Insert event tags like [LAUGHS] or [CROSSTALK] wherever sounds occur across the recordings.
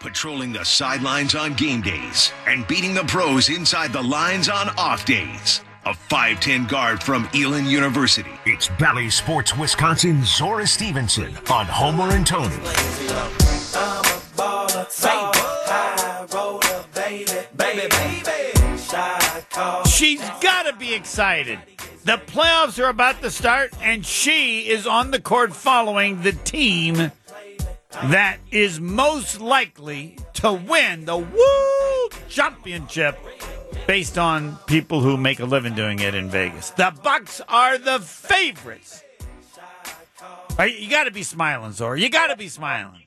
patrolling the sidelines on game days and beating the pros inside the lines on off days. A 5'10 guard from Elon University. It's Valley Sports Wisconsin Zora Stevenson on Homer and Tony. She's got to be excited. The playoffs are about to start, and she is on the court following the team that is most likely to win the World Championship based on people who make a living doing it in Vegas. The Bucks are the favorites. Right, you got to be smiling, Zora. You got to be smiling.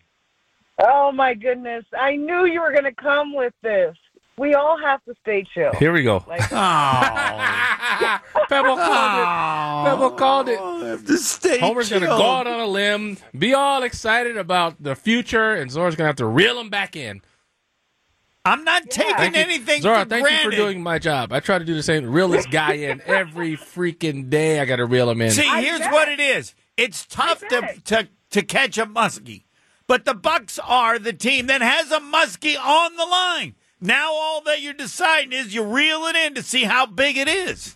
Oh my goodness! I knew you were going to come with this. We all have to stay chill. Here we go. Like, Pebble Oh. called it. Pebble called it. The state Ah. Homer's going to go out on a limb, be all excited about the future, and Zora's going to have to reel him back in. I'm not taking Thank you- anything Zora, for thank granted. you for doing my job. I try to do the same. Reel this [LAUGHS] guy in every freaking day. I got to reel him in. See, I here's bet. what it is. It's tough to, bet. to to catch a muskie, but the Bucks are the team that has a muskie on the line. Now all that you're deciding is you reel it in to see how big it is.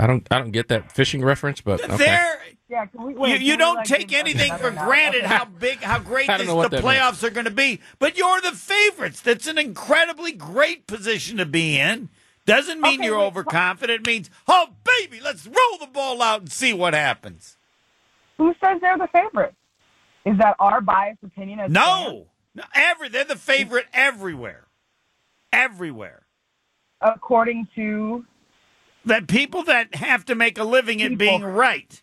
I don't. I don't get that fishing reference, but okay. There, [LAUGHS] yeah, can we, wait, you, can you we, don't like, take do anything another for now? granted how big, how great I don't this, know what the that means. playoffs are going to be. But you're the favorites. That's an incredibly great position to be in. Doesn't mean Okay, you're wait, overconfident. It means, oh baby, let's roll the ball out and see what happens. Who says they're the favorite? Is that our biased opinion? As fans? No, no every they're the favorite everywhere, everywhere. According to That people that have to make a living at People. being right.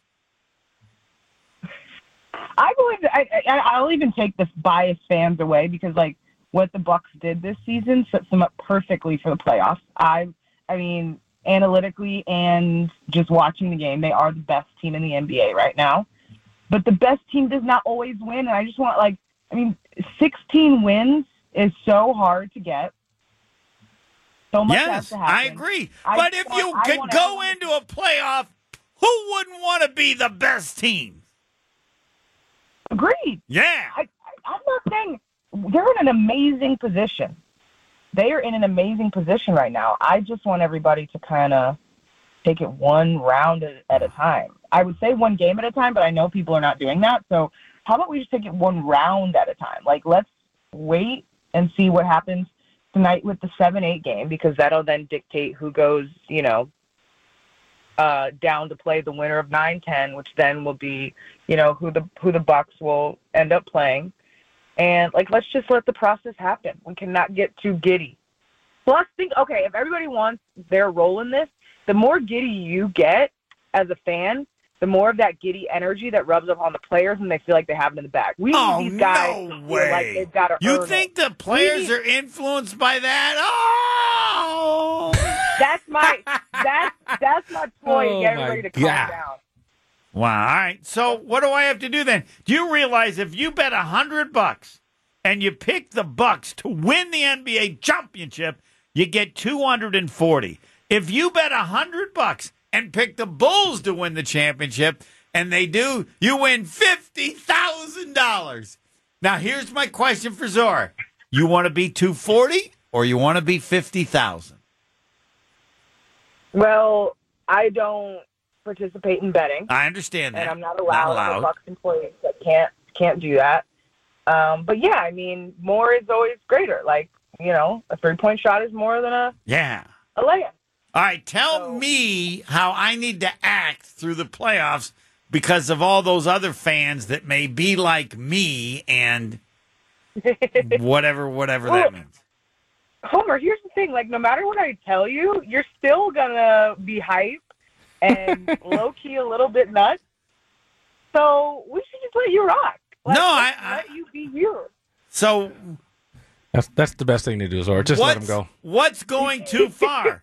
I believe I, I, I'll even take this bias fans away because like what the Bucks did this season sets them up perfectly for the playoffs. I I mean analytically and just watching the game, they are the best team in the NBA right now. But the best team does not always win, and I just want like I mean, 16 wins is so hard to get. So much has Yes, to happen. I agree. I but if want- you I could want go everyone- into a playoff, who wouldn't want to be the best team? Agreed. Yeah, I, I, I'm not saying they're in an amazing position. They are in an amazing position right now. I just want everybody to kind of take it one round at, at a time. I would say one game at a time, but I know people are not doing that. So how about we just take it one round at a time? Like let's wait and see what happens tonight with the seven eight game because that'll then dictate who goes, you know, uh, down to play the winner of nine ten, which then will be, you know, who the who the Bucks will end up playing. And like let's just let the process happen. We cannot get too giddy. Plus think okay, if everybody wants their role in this, the more giddy you get as a fan, the more of that giddy energy that rubs up on the players and they feel like they have it in the back. We need Oh, these guys no to feel way. like they've got to you think the players are influenced by that? Oh, [LAUGHS] That's [LAUGHS] my that's that's my ploy to Oh, get my everybody to calm God. down. Wow. All right. So what do I have to do then? Do you realize if you bet a hundred bucks and you pick the Bucks to win the NBA championship, you get two hundred and forty. If you bet a hundred bucks and pick the Bulls to win the championship, and they do, you win fifty thousand dollars. Now here's my question for Zora: You want to be two forty or you want to be fifty thousand? Well, I don't participate in betting, I understand that. and I'm not allowed. Not I'm a Bucks employee, so I can't can't do that. Um, but yeah, I mean, more is always greater. Like you know, a three point shot is more than a Yeah. a layup. All right, tell So- me how I need to act through the playoffs because of all those other fans that may be like me [LAUGHS] and whatever, whatever that Well- means. Homer, here's the thing: like, no matter what I tell you, you're still gonna be hype [LAUGHS] and low key a little bit nuts. So we should just let you rock. Like, No, I- let's I- let you be you. So, That's that's the best thing to do, Zora. Just let him what's, go. what's going too [LAUGHS] far?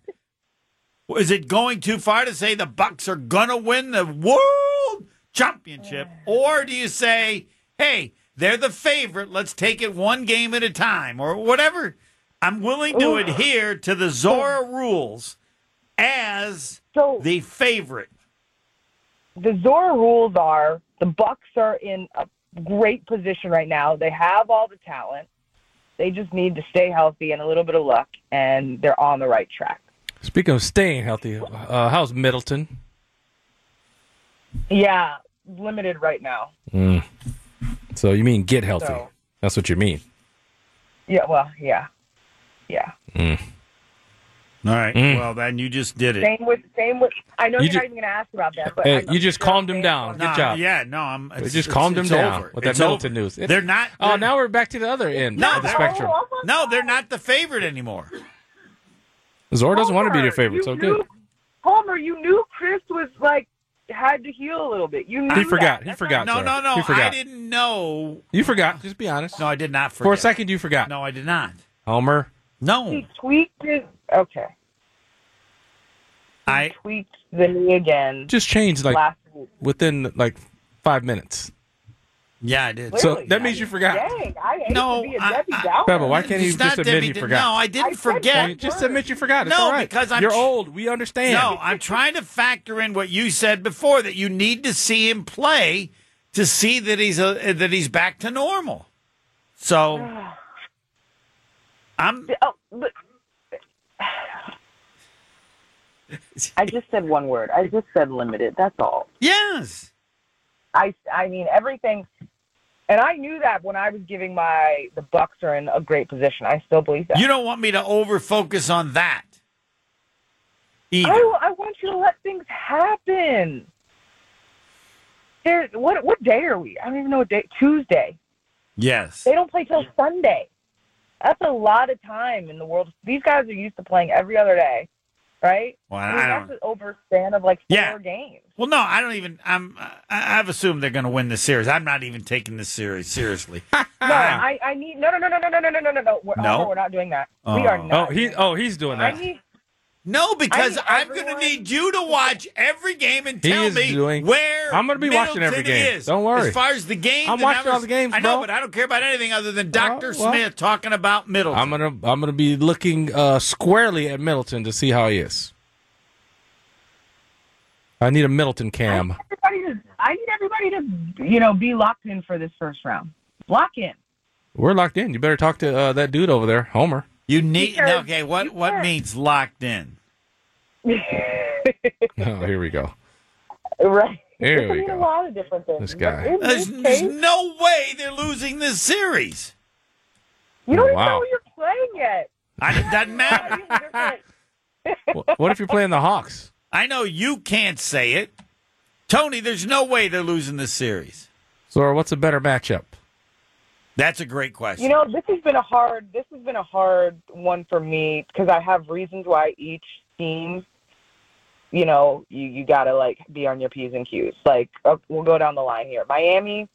Is it going too far to say the Bucks are gonna win the world championship, or do you say, "Hey, they're the favorite. Let's take it one game at a time," or whatever? I'm willing to adhere to the Zora rules as So the favorite. the Zora rules are the Bucks are in a, great position right now. They have all the talent. They just need to stay healthy and a little bit of luck, and they're on the right track. Speaking of staying healthy, uh, how's Middleton? Yeah, limited right now. So you mean get healthy? So- That's what you mean. Yeah, well, yeah, yeah. All right. Mm. Well, then you just did it. Same with same with. I know you are You ju- not even going to ask about that, but Hey, I'm- you just I'm calmed him saying- down. Good Nah, job. Yeah, no, I'm. It's, just calmed it's- him it's down over. with that It's Middleton over. news. It's- They're not. Oh, they're- now we're back to the other end No, of the no. spectrum. Oh, my No, they're not the favorite anymore. Zora doesn't want to be Homer, their favorite, you so knew- good. Homer, you knew Chris was like had to heal a little bit. You knew He that. forgot. He That's forgot. No, Zora. no, no. He I forgot. didn't know. You forgot. Just be honest. No, I did not forget. For a second, you forgot. No, I did not. Homer. why No, He tweaked it. Okay, I. tweaked the knee again Just changed like last week. within like five minutes. Yeah, I did. So Really? that means you forgot. Dang, I hate No, to be a I- Debbie I- Downer. Pebble, why can't you It's just not admit Debbie he Di- forgot? No, I didn't I said Hey, forget. that. just admit you forgot. It's No, all right. because I'm you're tr- old. We understand. Oh, No, I'm trying to factor in what you said before that you need to see him play to see that he's a, that he's back to normal. So [SIGHS] I'm Oh, but, I just said one word. I just said limited. That's all. yes. I I mean everything, and I knew that when I was giving my the Bucks are in a great position. I still believe that. You don't want me to over focus on that. Either. I, Oh, I want you to let things happen. There, what what day are we? I don't even know what day. Tuesday. yes. They don't play till Sunday. That's a lot of time in the world. These guys are used to playing every other day, right? Well, I I mean, don't. that's over a span of like four Yeah. games. Well, no, I don't even. I'm. I- I've assumed they're going to win this series. I'm not even taking this series [LAUGHS] seriously. Ah. No, I, I need no no no no no no no no no no no. We're, No? oh, we're not doing that. Oh. We are Oh, not. he oh he's doing I that. need No, because I I'm need going to everyone- need you to watch every game and He tell is me doing- where I'm gonna be watching every Middleton game. Is. Don't worry. As far as the game, I'm watching all the games, I know, bro. but I don't care about anything other than Doctor well. Smith talking about Middleton. I'm gonna I'm gonna be looking uh, squarely at Middleton to see how he is. I need a Middleton cam. everybody to, I need everybody to, you know, be locked in for this first round. Lock [LAUGHS] in. We're locked in. You better talk to uh, that dude over there, Homer. [LAUGHS] you need Because- okay. What what because- means locked in? Oh, here we go. right. There It we could mean go. A lot of different things. [LAUGHS] This but guy. in There's, this there's case, no way they're losing this series. you don't even Wow. know who you're playing yet. I, it doesn't [LAUGHS] matter. Wh- What if you're playing the Hawks? I know you can't say it, Tony. There's no way they're losing this series. Zora, what's a better matchup? That's a great question. You know, this has been a hard. This has been a hard one for me because I have reasons why each team. You know, you you gotta like be on your p's and q's. Like, uh, we'll go down the line here. Miami,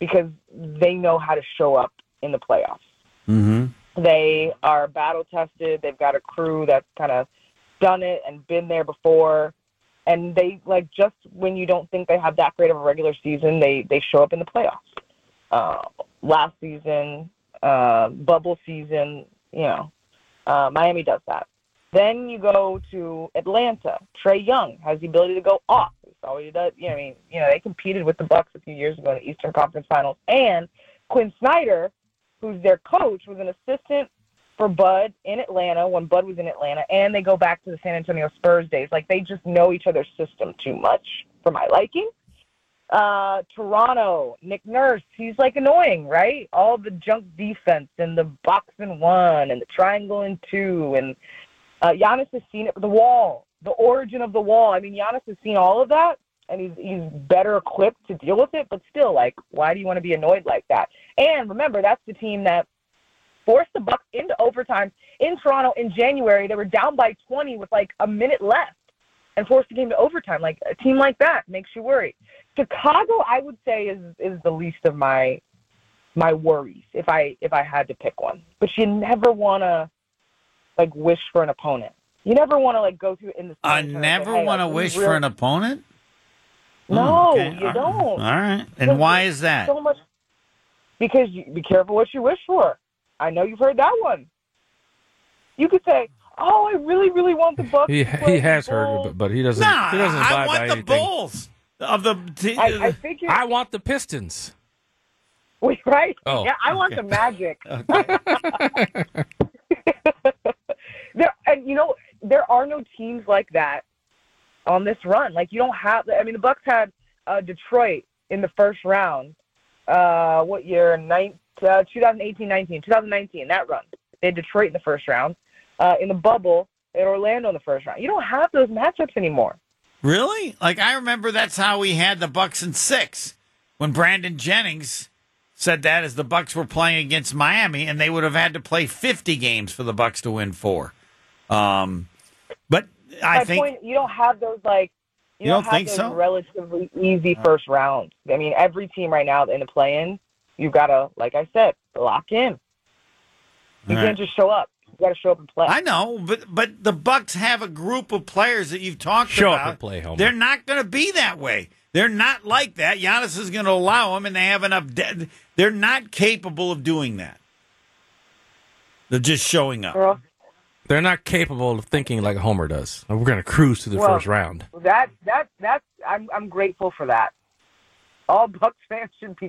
because they know how to show up in the playoffs. mm-hmm. They are battle tested. They've got a crew that's kind of done it and been there before. And they like just when you don't think they have that great of a regular season, they they show up in the playoffs. Uh, last season, uh, bubble season, you know, uh, Miami does that. Then you go to Atlanta. Trey Young has the ability to go off. It's all he does. You know, I mean, you know, they competed with the Bucks a few years ago in the Eastern Conference Finals, and Quinn Snyder who's their coach, was an assistant for Bud in Atlanta when Bud was in Atlanta, and they go back to the San Antonio Spurs days. Like they just know each other's system too much for my liking. Uh, Toronto, Nick Nurse, he's like annoying, right? All the junk defense and the box and one and the triangle and two and uh, Giannis has seen it. The wall, the origin of the wall. I mean, Giannis has seen all of that, and he's he's better equipped to deal with it. But still, like, why do you want to be annoyed like that? And remember, that's the team that forced the Bucks into overtime in Toronto in January. They were down by 20 with like a minute left, and forced the game to overtime. Like a team like that makes you worry. Chicago, I would say, is is the least of my my worries if I if I had to pick one. But you never want to like wish for an opponent. You never want to like go through in the. I spring term, never like, hey, want to like, we wish really- for an opponent. No, Okay. you Uh, All don't. right. And why is that? So much because you be careful what you wish for. I know you've heard that one. You could say, "Oh, I really, really want the [LAUGHS] Bucks." He to play he has the heard, Bulls." but, but he doesn't. No, he doesn't I abide want by the anything. Bulls of the. I, I figure I want the Pistons. [LAUGHS] Wait, right? Oh, yeah, I want the magic. [LAUGHS] there, and you know, there are no teams like that on this run. Like you don't have. I mean, the Bucks had uh, Detroit in the first round. Uh, what year? Nine, uh, 2018-19, 2019. That run, they had Detroit in the first round. Uh, in the bubble, they had Orlando in the first round. You don't have those matchups anymore. Really? Like I remember that's how we had the Bucks in six when Brandon Jennings said that as the Bucks were playing against Miami and they would have had to play fifty games for the Bucks to win four. Um, but I My think point, you don't have those like you, You don't have think those so? relatively easy first rounds. I mean, every team right now in the play-in, you've got to, like I said, lock in. All You can't right. just show up. You got to show up and play. I know, but but the Bucks have a group of players that you've talked Show up about. and play, Homer. They're not going to be that way. They're not like that. Giannis is going to allow them, and they have enough. De- they're not capable of doing that. They're just showing up. Girl, They're not capable of thinking like Homer does. We're going to cruise through the Well- first round. that that that's I'm I'm grateful for that. All Bucks [LAUGHS] fans should be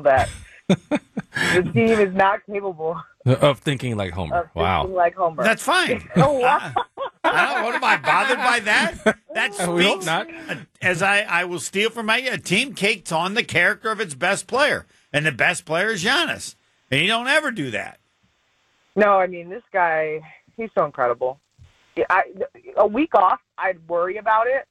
[LAUGHS] that the team is not capable Of thinking like of Homer. thinking Wow. like Homer. That's fine. oh wow. I don't, what am I bothered by that? [LAUGHS] That I hope speaks not. as I, I will steal from my a team cakes on the character of its best player, and the best player is Giannis, and you don't ever do that. No, I mean this guy, he's so incredible. Yeah, I, a week off, I'd worry about it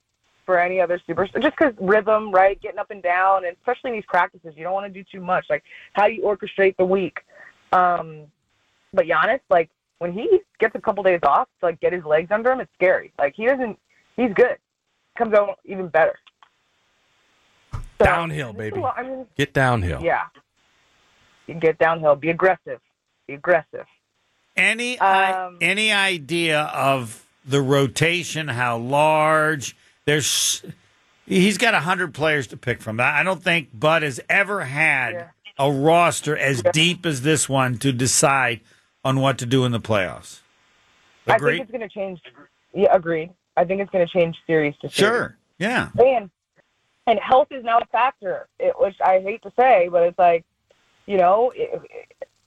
for any other super, just because rhythm, right? Getting up and down, and especially in these practices, you don't want to do too much. Like how do you orchestrate the week? Um, but Giannis, like when he gets a couple days off to like get his legs under him, it's scary. Like he doesn't, he's good. Comes out even better. So- Downhill, baby. Well, I mean, Get downhill. yeah. You get downhill. Be aggressive. Be aggressive. Any i- Um, any idea of the rotation? How large? There's he's got hundred players to pick from. I I don't think Bud has ever had Yeah. a roster as deep as this one to decide on what to do in the playoffs. I think Agreed. it's going to change. Yeah, agreed. I think it's going to change series to Sure. Yeah. series. And and health is now a factor, it, which I hate to say, but it's like, you know, if,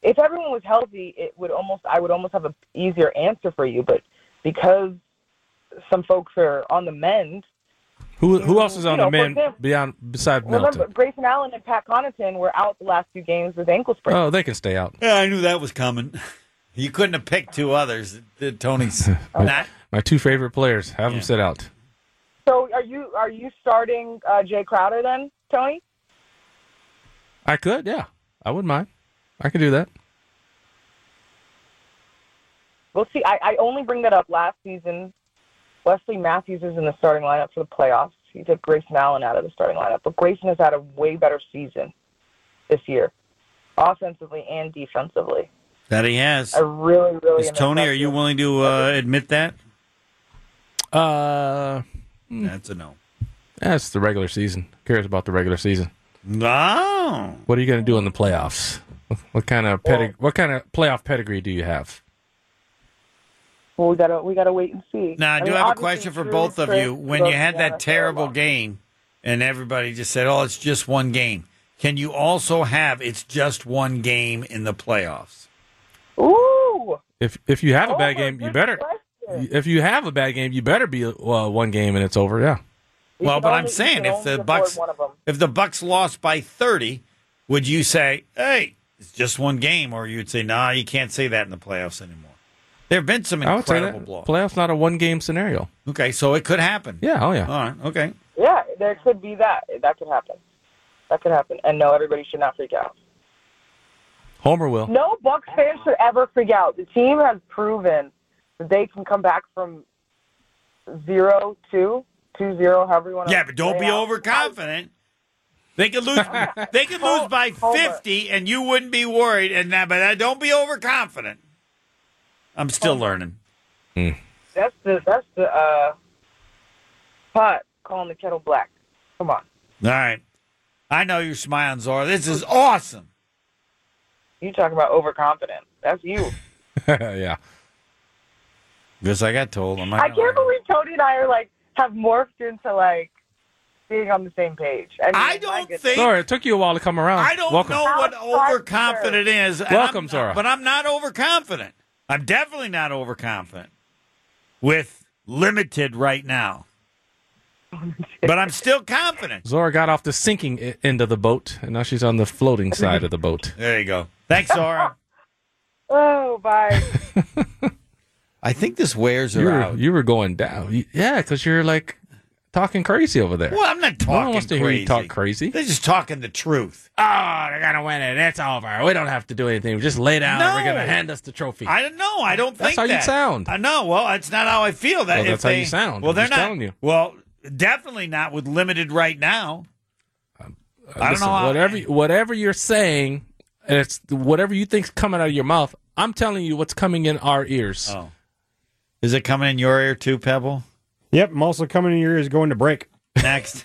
if everyone was healthy, it would almost I would almost have an easier answer for you, but because some folks are on the mend. Who who else is on You the know, for men example- beyond beside Remember, Milton? Grayson Allen and Pat Connaughton were out the last few games with ankle sprains. Oh, they can stay out. Yeah, I knew that was coming. [LAUGHS] You couldn't have picked two others. that [LAUGHS] Tony's not. My two favorite players. Have Yeah. them sit out. So are you are you starting uh, Jay Crowder then, Tony? I could, yeah. I wouldn't mind. I could do that. We'll see. I, I only bring that up last season. Wesley Matthews is in the starting lineup for the playoffs. He took Grayson Allen out of the starting lineup, but Grayson has had a way better season this year, offensively and defensively. That he has. I really, really. Is am Tony? impressed Are you with- willing to uh, admit that? Uh, That's a no. that's the regular season. Curious about the regular season. No. What are you going to do in the playoffs? What kind of pedig- what kind of playoff pedigree do you have? Well, we gotta we gotta wait and see. Now, I do mean, have a obviously, question for Drew, both of Chris, you. When both you had Giannis are that terrible locked. game and everybody just said, oh, it's just one game, can you also have it's just one game in the playoffs? Oh, Ooh, If if you have a bad Oh, game, you good better. question. If you have a bad game, you better be uh, one game and it's over. Yeah. You well, can but only- I'm you saying can if only the afford Bucks one of 'em. if the Bucks lost by 30, would you say, "Hey, it's just one game," or you'd say, "Nah, you can't say that in the playoffs anymore." There've been some I would say incredible blowouts. that playoffs not a one game scenario. okay, so it could happen. Yeah. Oh yeah. All right. Okay. Yeah, there could be that. That could happen. That could happen. And no, everybody should not freak out. Homer will. [LAUGHS] No Bucks fan should ever freak out. The team has proven that they can come back from zero two two zero, however you want to. Yeah, but don't be overconfident. [LAUGHS] They could lose. they could lose by Homer. fifty, and you wouldn't be worried. And that, but uh, don't be overconfident. I'm still learning. That's the that's the uh, pot calling the kettle black. Come on, All right. I know you're smiling, Zora. This is awesome. you talking about overconfident? [LAUGHS] That's you. yeah. Because I got told. I'm not I gonna can't lie. believe Tony and I are like have morphed into like being on the same page. I, mean, I my don't goodness. think- Sorry, it took you a while to come around. I don't Welcome. know what Outside, sir. overconfident is. and Welcome, I'm- Zora. But I'm not overconfident. I'm definitely not overconfident with limited right [LAUGHS] now. but I'm still confident. Zora got off the sinking e- end of the boat, and now she's on the [LAUGHS] floating side of the boat. There you go. Thanks, Zora. Oh, bye. I think this wears her You were, out. you were going down. You- yeah, because you're like talking crazy over there. Well, I'm not No one talking wants to crazy. hear you talk crazy. They're just talking the truth. Oh, they're gonna win it. It's over. We don't have to do anything. We just lay down. No. and We're gonna hand us the trophy. I don't know. I don't think That's how you that. sound. I know. Well, that's not how I feel. That Well, if that's how you they- sound. Well, I'm they're just not. telling you. Well, definitely not with limited right now. I don't Uh, Listen, know how- whatever whatever you're saying, and it's whatever you think's coming out of your mouth. I'm telling you what's coming in our ears. Oh. Is it coming in your ear too, Pebble? Yep, I'm also coming in your ears going to break. [LAUGHS] Next.